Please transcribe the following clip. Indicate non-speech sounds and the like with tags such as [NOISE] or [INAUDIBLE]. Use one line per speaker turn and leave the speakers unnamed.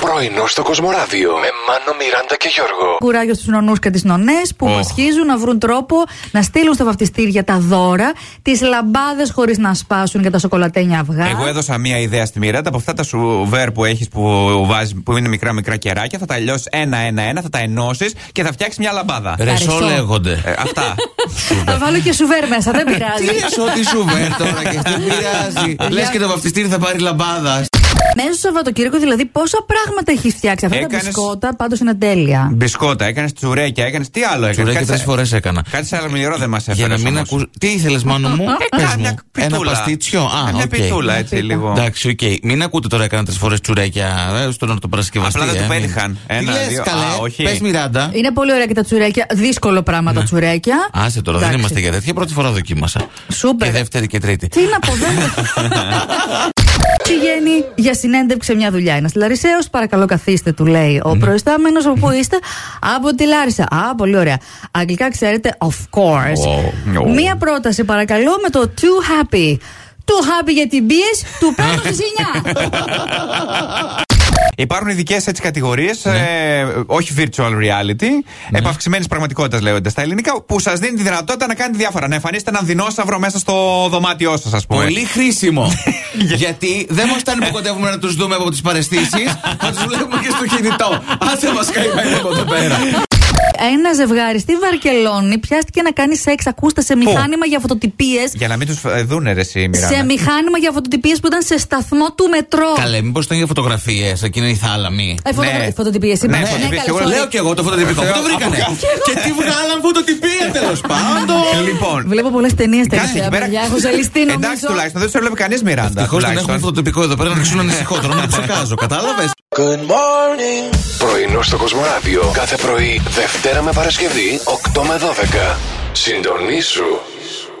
Πρωινό στο Κοσμοράδιο με Μάνο, Μιράντα και Γιώργο.
Κουράγιο στους νονούς και τις νονές που
Oh.
πασχίζουν να βρουν τρόπο να στείλουν στα βαφτιστήρια τα δώρα, τις λαμπάδες χωρίς να σπάσουν για τα σοκολατένια αυγά.
Εγώ έδωσα μία ιδέα στη Μιράντα από αυτά τα σουβέρ που έχεις που, βάζεις, που είναι μικρά μικρά κεράκια. Θα τα λιώσεις ένα-ένα-ένα, θα τα ενώσεις και θα φτιάξεις μια λαμπάδα.
Ρεσό.
Ρεσό λέγονται.
Ε,
[LAUGHS]
αυτά.
Θα βάλω και σουβέρ μέσα, δεν πειράζει.
Τι λες ό,τι σου βέρ τώρα και δεν πειράζει. [LAUGHS] Λες και το βαπτιστήρι θα πάρει λαμπάδα.
Μέσα στο Σαββατοκύριακο, δηλαδή, πόσα πράγματα έχει φτιάξει. Αυτά
Έκανες-
τα μπισκότα πάντως είναι τέλεια.
Μπισκότα, έκανες τσουρέκια, έκανες τι άλλο έκανες.
Τσουρέκια τρεις φορές έκανα.
Κάτι σε αλμυρό δεν μας έφερε.
Για να μην ακούς... Τι ήθελες μάνο μου,
Ε,
πες μου. Ένα παστίτσιο. Α,
Μια
οκ.
πιτούλα έτσι
Πίτα.
λίγο.
Εντάξει, οκ. Μην ακούτε τώρα έκανα τρεις φορές τσουρέκια ε, στον ορτοπαρασκευαστή.
Απλά δεν
ε,
το
μην-
πέτυχαν.
Τι
Ένα,
λες,
δύο, α,
καλέ.
όχι.
Πες Μιράντα.
Είναι πολύ ωραία και τα τσουρέκια. Δύσκολο πράγμα τα τσουρέκια.
Ναι. Άσε τώρα, δεν
Εντάξει.
είμαστε για τέτοια. Πρώτη φορά δοκίμασα.
Σούπερ.
Και δεύτερη και τρίτη.
Τι να πω, δεν. [LAUGHS] Πηγαίνει για συνέντευξη σε μια δουλειά. Ένας Λαρισαίος, παρακαλώ καθίστε, του λέει
Ναι.
ο προϊστάμενο από πού είστε. Από τη Λάρισα. Α, πολύ ωραία. Αγγλικά ξέρετε, of course.
Wow. No.
Μία πρόταση, παρακαλώ, με το too happy. Too happy για την πίεση, του πάνω στις
[LAUGHS]
9.
Υπάρχουν ειδικές έτσι κατηγορίες,
Ναι.
ε, όχι virtual reality, ναι. επαυξημένης πραγματικότητας λέγονται στα ελληνικά, που σας δίνει τη δυνατότητα να κάνετε διάφορα. Να εμφανίσετε έναν δεινόσαυρο μέσα στο δωμάτιό σας, ας πούμε.
Πολύ χρήσιμο. [LAUGHS] Γιατί δεν μας φτάνει που κοντεύουμε να τους δούμε από τις παρεστήσεις, [LAUGHS] θα τους βλέπουμε και στο κινητό. Άσε μας καημένοι από εδώ πέρα.
Ένα ζευγάρι στη Βαρκελόνη πιάστηκε να κάνει σεξ, ακούστε, σε μηχάνημα για φωτοτυπίες.
Για να μην τους δούνε ρε, εσύ, Μιράντα.
Σε μηχάνημα για φωτοτυπίες που ήταν σε σταθμό του μετρό.
Καλέ, μήπως ήταν για φωτογραφίες, εκείνη η θάλαμη.
Ε, φωτο-
Ναι.
Φωτοτυπίες είπα.
Ναι,
Ναι,
φωτοτυπίες,
καλέ,
σίγουρα.
sorry.
Λέω κι εγώ το φωτοτυπικό. Πού το βρήκανε. Και τι βγάλαν φωτοτυπία τέλος πάντων.
Λοιπόν,
Βλέπω πολλές ταινίες
κάτσε
τελευταία.
εκεί πέρα.
παιδιά. Έχω ζαλιστεί νομίζω.
Εντάξει, τουλάχιστον δεν τους έβλεπε κανείς Μιράντα.
Ευτυχώς δεν έχουμε
τουλάχιστον.
φωτοτυπικό εδώ πέρα να ξύνουν ανησυχώ. Τώρα να το ψεκάζω, κατάλαβε.
Πρωινό στο Κοσμοράδιο κάθε πρωί, Δευτέρα με Παρασκευή, 8 με 12. Συντονίσου.